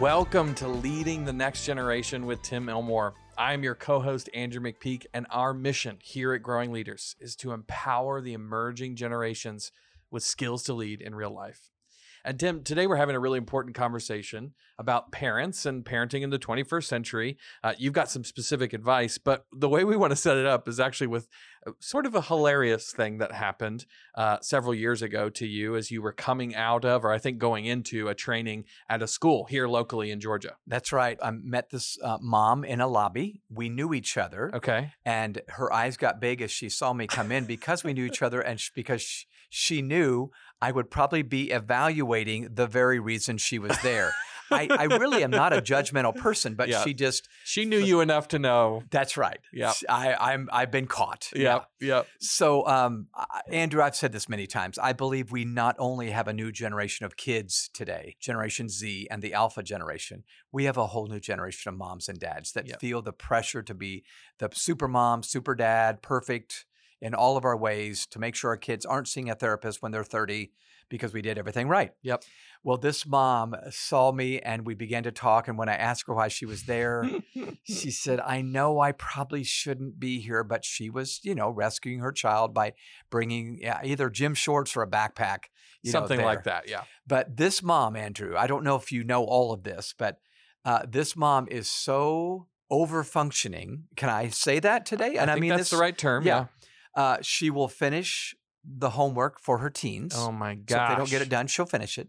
Welcome to Leading the Next Generation with Tim Elmore. I'm your co host, Andrew McPeak, and our mission here at Growing Leaders is to empower the emerging generations with skills to lead in real life. And Tim, today we're having a really important conversation about parents and parenting in the 21st century. Uh, you've got some specific advice, but the way we want to set it up is actually with uh, sort of a hilarious thing that happened uh, several years ago to you as you were coming out of, or I think going into, a training at a school here locally in Georgia. That's right. I met this uh, mom in a lobby. We knew each other, Okay. and her eyes got big as she saw me come in because we knew each other, and sh- because sh- she knew I would probably be evaluating the very reason she was there. I, I really am not a judgmental person, but Yeah. she just. She knew you enough to know. That's right. Yeah. She- I, I'm. I've been caught. Yep. Yep. So, um, I- Andrew, I've said this many times. I believe we not only have a new generation of kids today, Generation Z and the Alpha generation, we have a whole new generation of moms and dads that Yep. feel the pressure to be the super mom, super dad, perfect in all of our ways to make sure our kids aren't seeing a therapist when they're 30 because we did everything right. Yep. Well, this mom saw me and we began to talk. And when I asked her why she was there, she said, I know I probably shouldn't be here, but she was, you know, rescuing her child by bringing yeah, either gym shorts or a backpack. You Something know, like there. that. Yeah. But this mom, Andrew, I don't know if you know all of this, but uh, this mom is so over functioning. Can I say that today? I think that's this, the right term. Yeah. yeah. uh, she will finish the homework for her teens. Oh my so if gosh. they don't get it done, she'll finish it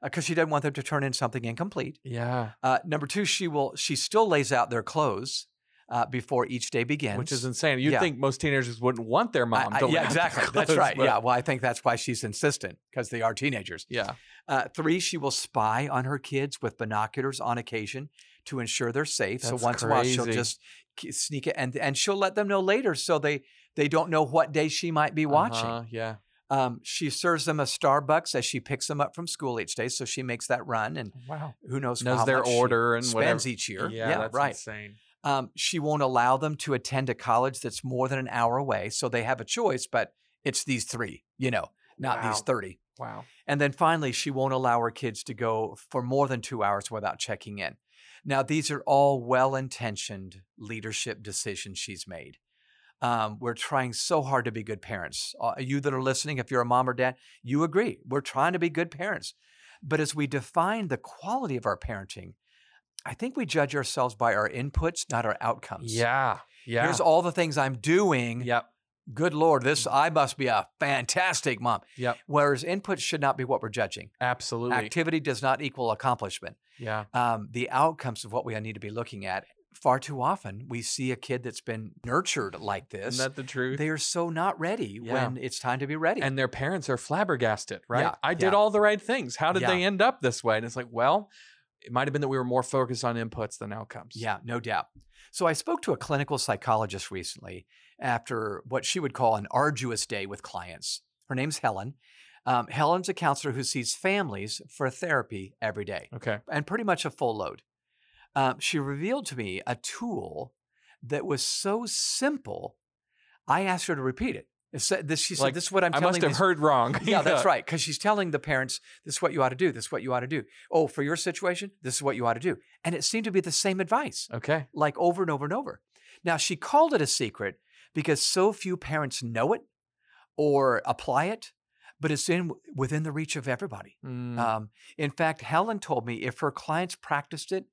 because she doesn't want them to turn in something incomplete. Yeah. Uh, number two, she will. She still lays out their clothes uh, before each day begins, Which is insane. You'd Yeah. think most teenagers wouldn't want their I- mom I- to yeah, laugh at exactly. their That's clothes, right. but- Yeah. Well, I think that's why she's insistent because they are teenagers. Yeah. Uh, three, she will spy on her kids with binoculars on occasion to ensure they're safe. That's so once in a while, she'll crazy. just k- sneak it, and and she'll let them know later so they they don't know what day she might be watching. Uh-huh, yeah. Um, she serves them a Starbucks as she picks them up from school each day, so she makes that run, and Wow. who knows Knows how their much she order and spends whatever. each year. Yeah, that's right. insane. Um, she won't allow them to attend a college that's more than an hour away. So they have a choice, but it's these three, you know, not Wow. these 30. Wow. And then finally, she won't allow her kids to go for more than two hours without checking in. Now, these are all well intentioned leadership decisions she's made. Um, we're trying so hard to be good parents. Uh, you that are listening, if you're a mom or dad, you agree. We're trying to be good parents. But as we define the quality of our parenting, I think we judge ourselves by our inputs, not our outcomes. Yeah. Yeah. Here's all the things I'm doing. yep. Good Lord, this I must be a fantastic mom. Mm. Yep. Whereas inputs should not be what we're judging. Absolutely. Activity does not equal accomplishment. yeah. Um, the outcomes of what we uh, need to be looking at. Far too often, we see a kid that's been nurtured like this. Isn't that the truth? they are so not ready Yeah. when it's time to be ready. and their parents are flabbergasted, right? Yeah, I did yeah. all the right things. How did Yeah. they end up this way? And it's like, well, it might have been that we were more focused on inputs than outcomes. yeah, no doubt. So I spoke to a clinical psychologist recently after what she would call an arduous day with clients. Her name's Helen. Um, Helen's a counselor who sees families for therapy every day. Okay. and pretty much a full load. Um, she revealed to me a tool that was so simple. I asked her to repeat it. It said- this- she said, Like, "This is what I'm I telling." must have these- heard wrong. Yeah, that's right. Because she's telling the parents, "This is what you ought to do. This is what you ought to do." Oh, for your situation, this is what you ought to do. And it seemed to be the same advice, Okay. like over and over and over. Now she called it a secret because so few parents know it or apply it, but it's in within the reach of everybody. Mm, Um, in fact, Helen told me if her clients practiced it,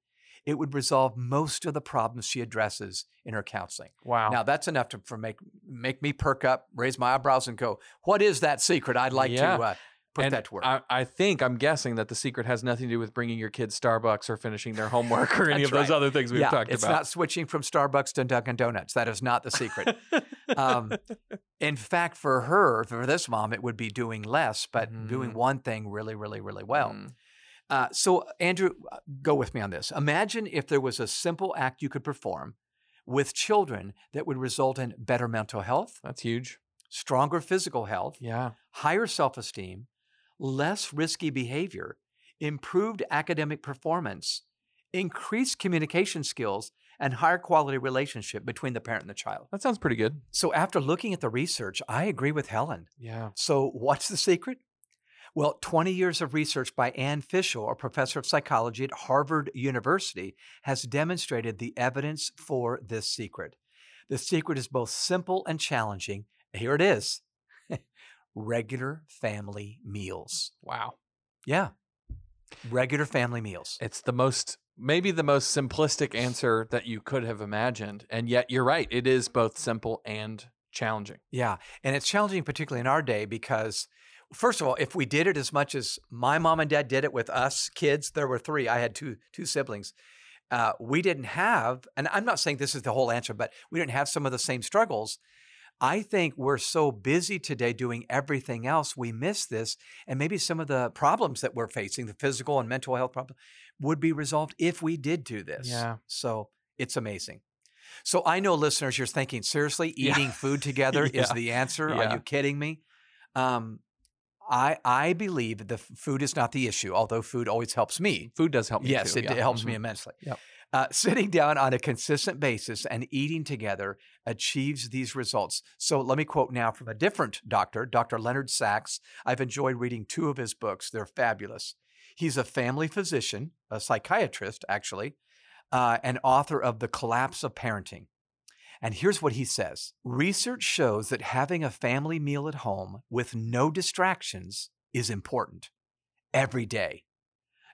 it would resolve most of the problems she addresses in her counseling. wow. Now, that's enough to for make make me perk up, raise my eyebrows, and go, "What is that secret?" I'd like Yeah. to uh, put And that to work. I, I think I'm guessing that the secret has nothing to do with bringing your kids Starbucks or finishing their homework or any That's of those right. other things we've yeah, talked it's about. not switching from Starbucks to Dunkin' Donuts. That is not the secret. um, in fact, for her, for this mom, it would be doing less, but doing Mhm. one thing really, really, really well. Mm, Uh, so, Andrew, uh, go with me on this. Imagine if there was a simple act you could perform with children that would result in better mental health, that's huge. stronger physical health, Yeah. higher self esteem, less risky behavior, improved academic performance, increased communication skills, and higher quality relationship between the parent and the child. That sounds pretty good. So, after looking at the research, I agree with Helen. Yeah. So, what's the secret? Well, 20 years of research by Ann Fischel, a professor of psychology at Harvard University, has demonstrated the evidence for this secret. The secret is both simple and challenging. Here it is regular family meals. Wow. Yeah. Regular family meals. It's the most, maybe the most simplistic answer that you could have imagined. And yet you're right. It is both simple and challenging. Yeah. And it's challenging, particularly in our day, because first of all, if we did it as much as my mom and dad did it with us kids, there were three. I had two two siblings. Uh, we didn't have, and I'm not saying this is the whole answer, but we didn't have some of the same struggles. I think we're so busy today doing everything else, we miss this. And maybe some of the problems that we're facing, the physical and mental health problems, would be resolved if we did do this. Yeah. So it's amazing. So I know listeners, you're thinking, seriously, Yeah. eating food together is Yeah. the answer? Yeah. Are you kidding me? Um, I I believe that the f- food is not the issue, although food always helps me. Food does help me. yes, too. it, Yeah. it helps me Mhm. immensely. Yep. Uh, sitting down on a consistent basis and eating together achieves these results. So let me quote now from a different doctor, Dr. Leonard Sachs. I've enjoyed reading two of his books, they're fabulous. He's a family physician, a psychiatrist, actually, uh, and author of The Collapse of Parenting. And here's what he says Research shows that having a family meal at home with no distractions is important every day.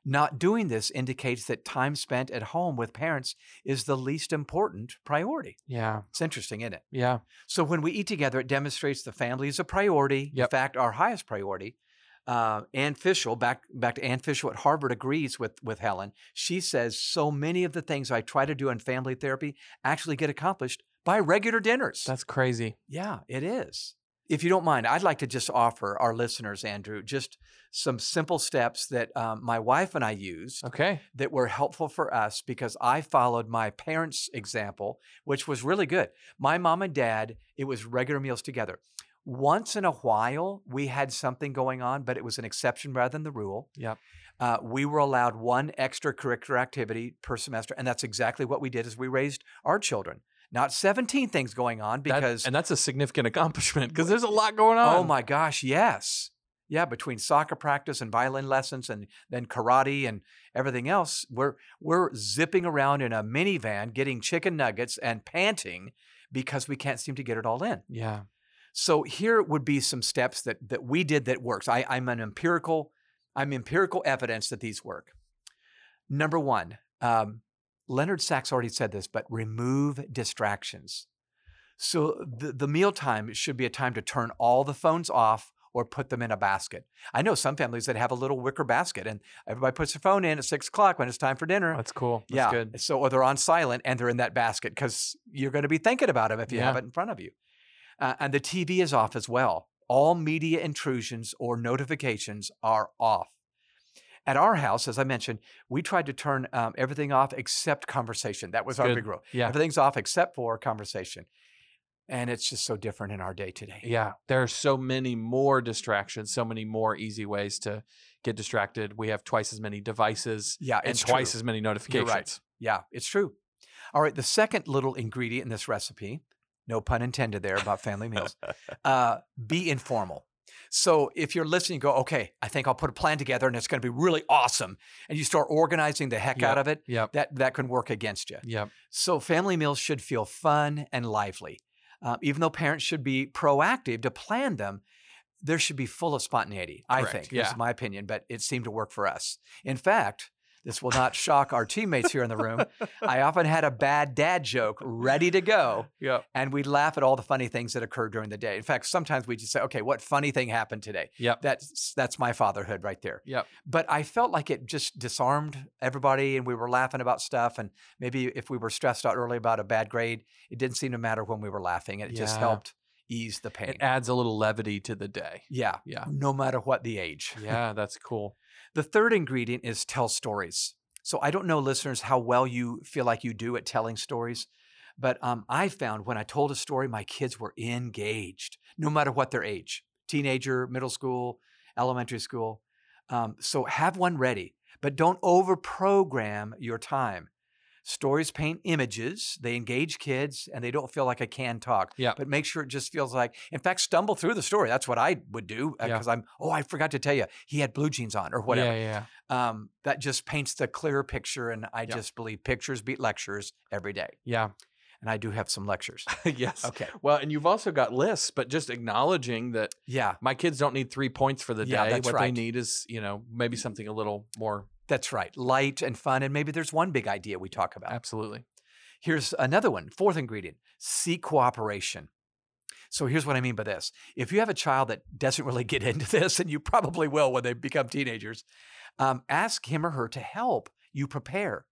Not doing this indicates that time spent at home with parents is the least important priority. Yeah. It's interesting, isn't it? Yeah. So when we eat together, it demonstrates the family is a priority. In Yep. fact, our highest priority. Uh, Ann Fischel, back back to Ann Fischel at Harvard, agrees with with Helen. She says so many of the things I try to do in family therapy actually get accomplished by regular dinners. That's crazy. Yeah, it is. If you don't mind, I'd like to just offer our listeners, Andrew, just some simple steps that um, my wife and I used Okay. that were helpful for us because I followed my parents' example, which was really good. My mom and dad, it was regular meals together. Once in a while, we had something going on, but it was an exception rather than the rule. Yep. Uh, we were allowed one extracurricular activity per semester, and that's exactly what we did as we raised our children. Not 17 things going on That- because and that's a significant accomplishment because there's a lot going on. Oh my gosh, yes. Yeah, between soccer practice and violin lessons and then karate and everything else, we're we're zipping around in a minivan getting chicken nuggets and panting because we can't seem to get it all in. Yeah. So here would be some steps that that we did that works. I, I'm an empirical, I'm empirical evidence that these work. Number one, um, Leonard Sachs already said this, but remove distractions. So the, the meal time should be a time to turn all the phones off or put them in a basket. I know some families that have a little wicker basket and everybody puts their phone in at six o'clock when it's time for dinner. That's cool. That's yeah. good. So or they're on silent and they're in that basket because you're going to be thinking about them if you have Yeah. it in front of you. Uh, and the TV is off as well. All media intrusions or notifications are off. At our house, as I mentioned, we tried to turn um, everything off except conversation. That was That's our good. big rule. Yeah. Everything's off except for conversation. And it's just so different in our day today. Yeah. There are so many more distractions, so many more easy ways to get distracted. We have twice as many devices Yeah, and it's twice true. as many You're notifications. right. Yeah, it's true. All right, the second little ingredient in this recipe, no pun intended there about family meals, uh, be informal. So if you're listening, you go, okay, I think I'll put a plan together and it's going to be really awesome. And you start organizing the heck out of it, Yep. that, that can work against you. Yep. So family meals should feel fun and lively. Uh, even though parents should be proactive to plan them, there should be full of spontaneity, I Correct, think. This yeah. is my opinion, but it seemed to work for us. In fact, this will not shock our teammates here in the room. I often had a bad dad joke ready to go, Yep. and we'd laugh at all the funny things that occurred during the day. In fact, sometimes we just say, okay, what funny thing happened today? Yep. That's that's my fatherhood right there. Yep. But I felt like it just disarmed everybody, and we were laughing about stuff. And maybe if we were stressed out early about a bad grade, it didn't seem to matter when we were laughing. and It just Yeah. helped ease the pain. It adds a little levity to the day. yeah, Yeah. no matter what the age. Yeah. That's cool. The third ingredient is tell stories. So I don't know, listeners, how well you feel like you do at telling stories, but um, I found when I told a story, my kids were engaged, no matter what their age teenager, middle school, elementary school. Um, so have one ready, but don't over program your time. Stories paint images, they engage kids, and they don't feel like I can talk. Yeah. But make sure it just feels like, in fact, stumble through the story. That's what I would do Yeah. because I'm, oh, I forgot to tell you, he had blue jeans on or whatever. Yeah, yeah. Um, that just paints the clearer picture. And I Yeah. just believe pictures beat lectures every day. Yeah. And I do have some lectures. yes. Okay. Well, and you've also got lists, but just acknowledging that Yeah, my kids don't need three points for the Yeah, day. that's What they right. need is, you know, maybe something a little more. that's right. Light and fun. And maybe there's one big idea we talk about. Absolutely. Here's another one, fourth ingredient seek cooperation. So here's what I mean by this. If you have a child that doesn't really get into this, and you probably will when they become teenagers, um, ask him or her to help you prepare.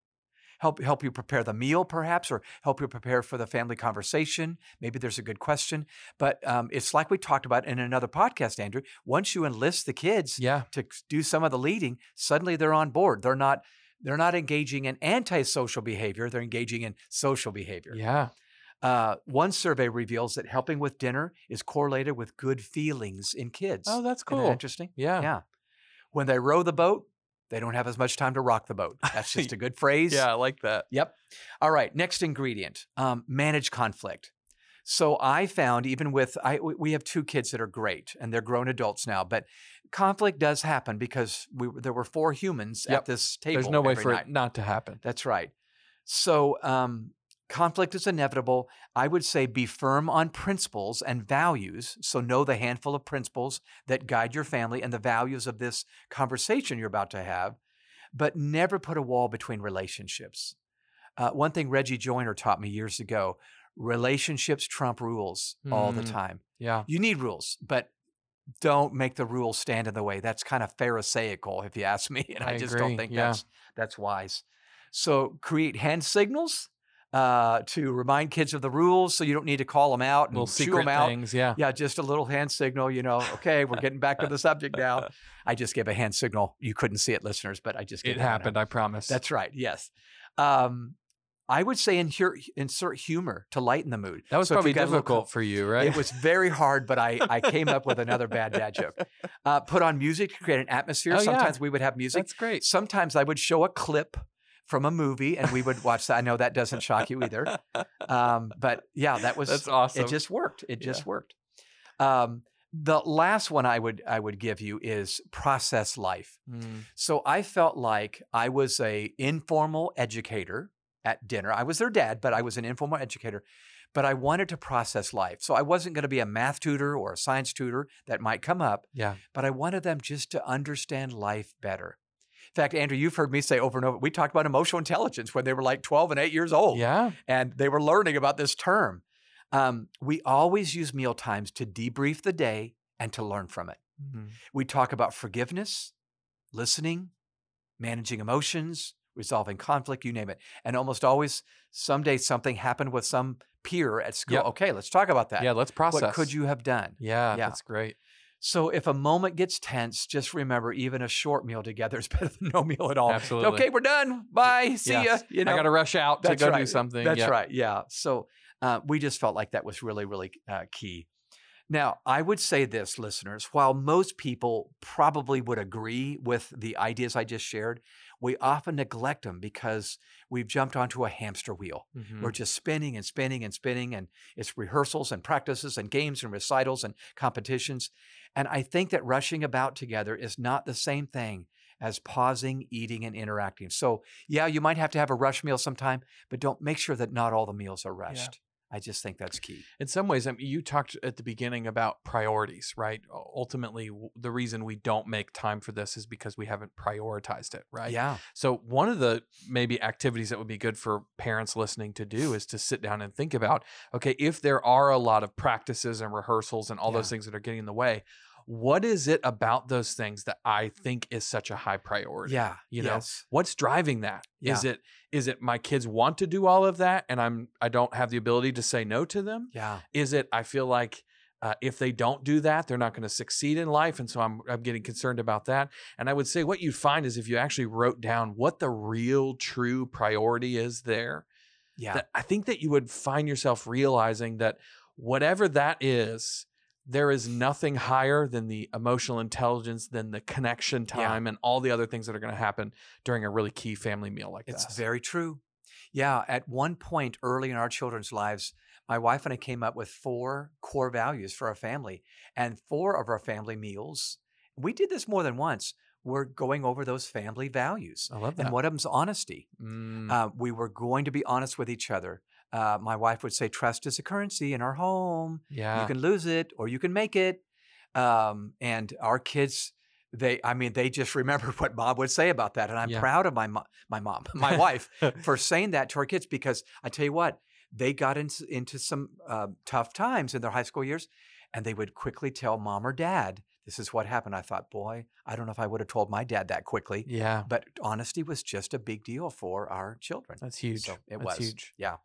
Help, help you prepare the meal, perhaps, or help you prepare for the family conversation. Maybe there's a good question. But um, it's like we talked about in another podcast, Andrew. Once you enlist the kids, Yeah. to c- do some of the leading, suddenly they're on board. They're not they're not engaging in antisocial behavior. They're engaging in social behavior. Yeah. Uh, one survey reveals that helping with dinner is correlated with good feelings in kids. Oh, that's Isn't that cool. interesting. Yeah. Yeah. When they row the boat, they don't have as much time to rock the boat. That's just a good phrase. Yeah. I like that. Yep. All right. Next ingredient: um, manage conflict. So I found even with I we- we have two kids that are great and they're grown adults now, but conflict does happen because we were- there were four humans Yep. at this table. There's no way every for night. it not to happen. That's right. So um, conflict is inevitable. I would say be firm on principles and values. So know the handful of principles that guide your family and the values of this conversation you're about to have, but never put a wall between relationships. Uh, one thing Reggie Joyner taught me years ago relationships trump rules all the Mm. time. Yeah. You need rules, but don't make the rules stand in the way. That's kind of pharisaical, if you ask me. And I, I just agree, don't think yeah. that's that's wise. So create hand signals uh, to remind kids of the rules, so you don't need to call them out and Little chew them secret out. things. Yeah. Yeah, just a little hand signal. You know, okay, we're getting back to the subject now. I just gave a hand signal. You couldn't see it, listeners, but I just gave It you one. happened. I promise. That's right. Yes. Um, I would say insert, insert humor to lighten the mood. that was So if probably you've got a little co- difficult for you, right? it was very hard, but I, I came up with another bad dad joke. Uh, put on music to create an atmosphere. Oh, yeah. Sometimes we would have music. That's great. Sometimes I would show a clip from a movie and we would watch that. I know that doesn't shock you either. Um, but yeah, that was That's awesome. it just worked. It Yeah. just worked. Um, the last one I would I would give you is process life. Mm, So I felt like I was a informal educator at dinner. I was their dad, but I was an informal educator. But I wanted to process life. So I wasn't going to be a math tutor or a science tutor that might come up, yeah. but I wanted them just to understand life better. In fact, Andrew, you've heard me say over and over, we talked about emotional intelligence when they were like 12 and 8 years old Yeah. and they were learning about this term. Um, we always use meal times to debrief the day and to learn from it. Mhm. We talk about forgiveness, listening, managing emotions, resolving conflict, you name it. And almost always, someday something happened with some peer at school. Yep. Okay, let's talk about that. Yeah. Let's process. What could you have done? Yeah, Yeah. That's great. So if a moment gets tense, just remember even a short meal together is better than no meal at all. Absolutely. Okay, we're done. Bye. See Yes. ya. You know? I got to rush out to That's go do right. something. That's yeah. right. Yeah. So uh, we just felt like that was really, really uh, key. Now, I would say this, listeners, while most people probably would agree with the ideas I just shared, we often neglect them because we've jumped onto a hamster wheel. Mhm. We're just spinning and spinning and spinning, and it's rehearsals and practices and games and recitals and competitions. And I think that rushing about together is not the same thing as pausing, eating, and interacting. So, yeah, you might have to have a rush meal sometime, but don't make sure that not all the meals are rushed. I just think that's key. in some ways, I mean, you talked at the beginning about priorities, right? U- Ultimately, w- the reason we don't make time for this is because we haven't prioritized it, right? Yeah. So, one of the maybe activities that would be good for parents listening to do is to sit down and think about okay, if there are a lot of practices and rehearsals and all those Yeah. things that are getting in the way, what is it about those things that I think is such a high priority? Yeah. you know, yes. what's driving that? Is Yeah. it is it my kids want to do all of that and i'm i don't have the ability to say no to them Yeah. is it i feel like uh, if they don't do that they're not going to succeed in life and so I'm, I'm getting concerned about that and i would say what you'd find is if you actually wrote down what the real true priority is there Yeah. that i think that you would find yourself realizing that whatever that is there is nothing higher than the emotional intelligence than the connection Yeah. time and all the other things that are going to happen during a really key family meal like It's this very true. Yeah, at one point early in our children's lives, my wife and I came up with four core values for our family, and four of our family meals. We did this more than once. We're going over those family values, I love that. and one of them's honesty. Mm, Uh, we were going to be honest with each other. Uh, my wife would say, "Trust is a currency in our home. yeah. You can lose it or you can make it." Um, and our kids, they, I mean, they just remembered what mom would say about that, and I'm Yeah. proud of my mo- my mom, my wife, for saying that to our kids because I tell you what, they got into, into some uh, tough times in their high school years, and they would quickly tell mom or dad. This is what happened. I thought, boy, I don't know if I would have told my dad that quickly. yeah. But honesty was just a big deal for our children. That's huge. So it That's was. huge. Yeah.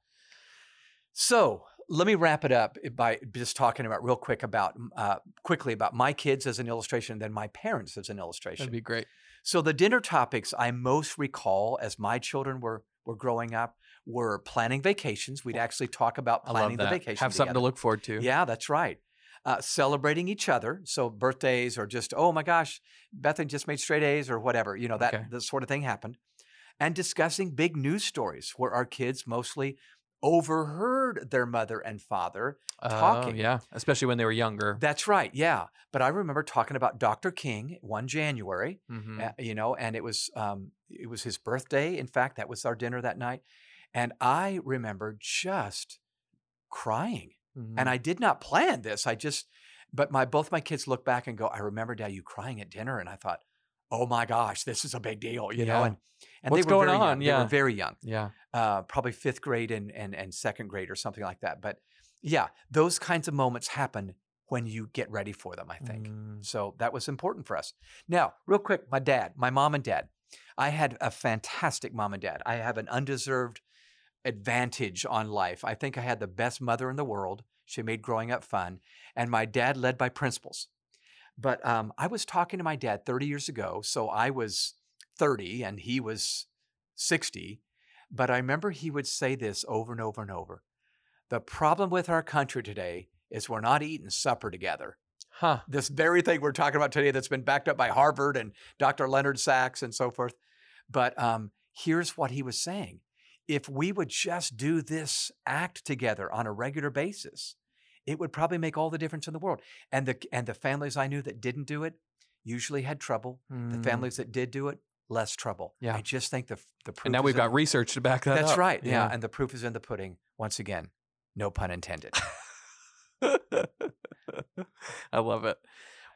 So let me wrap it up by just talking about real quick about uh, quickly about my kids as an illustration, and then my parents as an illustration. That'd be great. so the dinner topics I most recall as my children were were growing up were planning vacations. We'd actually talk about Oh, I love planning that. the vacation. Have something to together. look forward to. Yeah, that's right. Uh, celebrating each other. So birthdays or just, oh my gosh, Bethany just made straight A's or whatever, you know, that Okay. that sort of thing happened. And discussing big news stories where our kids mostly overheard their mother and father. Oh, talking. yeah. Especially when they were younger. That's right. Yeah. But I remember talking about Dr. King one January, Mhm. uh, you know, and it was um, it was his birthday. In fact, that was our dinner that night. And I remember just crying. Mhm. And I did not plan this. I just, but my both my kids look back and go, I remember Dad, you crying at dinner, and I thought, oh my gosh, this is a big deal, you know. Yeah. And and What's they were going very on? Young. They Yeah. were very young, yeah. uh, probably fifth grade and and and second grade or something like that. But yeah, those kinds of moments happen when you get ready for them. I think. Mm, So that was important for us. Now, real quick, my dad, my mom and dad. I had a fantastic mom and dad. I have an undeserved advantage on life. I think I had the best mother in the world. She made growing up fun. And my dad led by principles. But um, I was talking to my dad 30 years ago. So I was 30 and he was 60. But I remember he would say this over and over and over The problem with our country today is we're not eating supper together Huh. this very thing we're talking about today that's been backed up by Harvard and Dr. Leonard Sachs and so forth. But um, here's what he was saying if we would just do this act together on a regular basis, it would probably make all the difference in the world. And the, and the families I knew that didn't do it usually had trouble. The Mm. families that did do it, less trouble. Yeah. I just think the, f- the proof. Mm. And now is we've in the- got research to back that up. That's right. yeah. And the proof is in the pudding. Once again, no pun intended. I love it.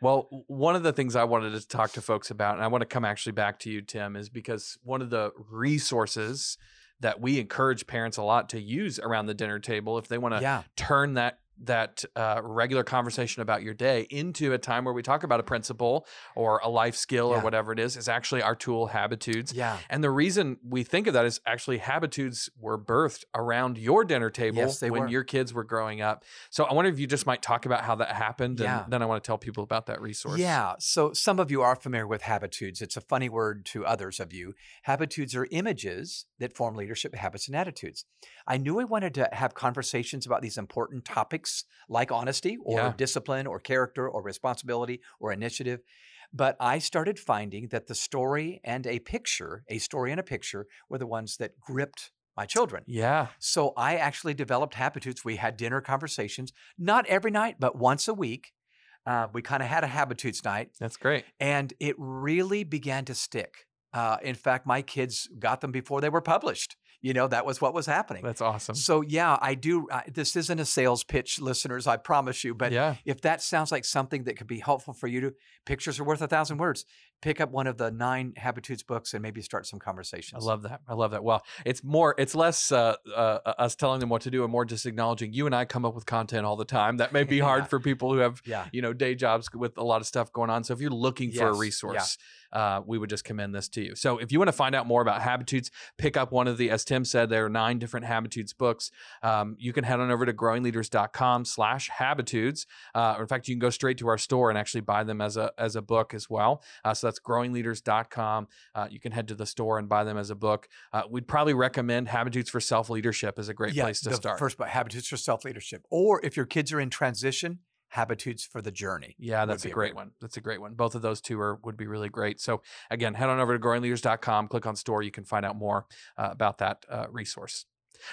Well, w- one of the things I wanted to talk to folks about, and I want to come actually back to you, Tim, is because one of the resources that we encourage parents a lot to use around the dinner table, if they want to yeah. turn that that uh, regular conversation about your day into a time where we talk about a principle or a life skill or Yeah. whatever it is, is actually our tool habitudes. Yeah. And the reason we think of that is actually habitudes were birthed around your dinner table Yes, they when were. your kids were growing up. So I wonder if you just might talk about how that happened, Yeah. and then I want to tell people about that resource. Yeah. So some of you are familiar with habitudes. It's a funny word to others of you. Habitudes are images that form leadership habits and attitudes. I knew I wanted to have conversations about these important topics like honesty or Yeah. discipline or character or responsibility or initiative. But I started finding that the story and a picture, a story and a picture, were the ones that gripped my children. yeah, So I actually developed habitudes. We had dinner conversations, not every night, but once a week. Uh, we kind of had a habitudes night, that's great. and it really began to stick. Uh, in fact, my kids got them before they were published. You know, that was what was happening. That's awesome. So yeah, I do. I, this isn't a sales pitch, listeners. I promise you. But yeah, if that sounds like something that could be helpful for you to, pictures are worth a thousand words. Pick up one of the nine habitudes books and maybe start some I conversations. love that. I love that. Well, it's more, it's less uh, uh, us telling them what to do, and more just acknowledging you and I come up with content all the time. That may be hard Yeah. for people who have Yeah. you know day jobs with a lot of stuff going on so if you're looking for a Yes, yeah. resource uh, we would just commend this to you so if you want to find out more about habitudes pick up one of the as tim said there are nine different habitudes books um, you can head on over to growingleaders.com slash habitudes uh, or in fact you can go straight to our store and actually buy them as a as a book as well uh, so that's growingleaders.com uh, you can head to the store and buy them as a book uh, we'd probably recommend habitudes for self-leadership is a great place to the start First, but habitudes for self leadership. Or if your kids are in transition, Habitudes for the Journey. Yeah, would that's a be a great great one. That's a great one. Both of those two are would be really great. So again, head on over to growingleaders.com, click on store. You can find out more uh, about that uh, resource.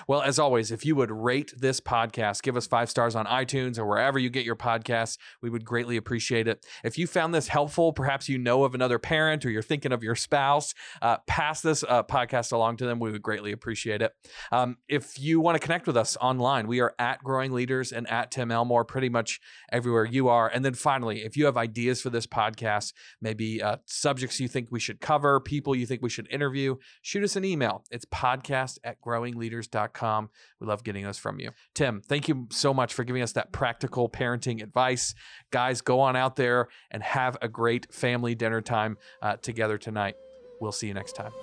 Well, as always, if you would rate this podcast, give us five stars on iTunes or wherever you get your podcasts, we would greatly appreciate it. If you found this helpful, perhaps you know of another parent or you're thinking of your spouse, uh, pass this uh, podcast along to them. We would greatly appreciate it. Um, if you want to connect with us online, we are at Growing Leaders and at Tim Elmore pretty much everywhere you are. And then finally, if you have ideas for this podcast, maybe uh, subjects you think we should cover, people you think we should interview, shoot us an email. It's podcast at growingleaders.com. We love getting those from you. Tim, thank you so much for giving us that practical parenting advice. Guys, go on out there and have a great family dinner time uh, together tonight. We'll see you next time.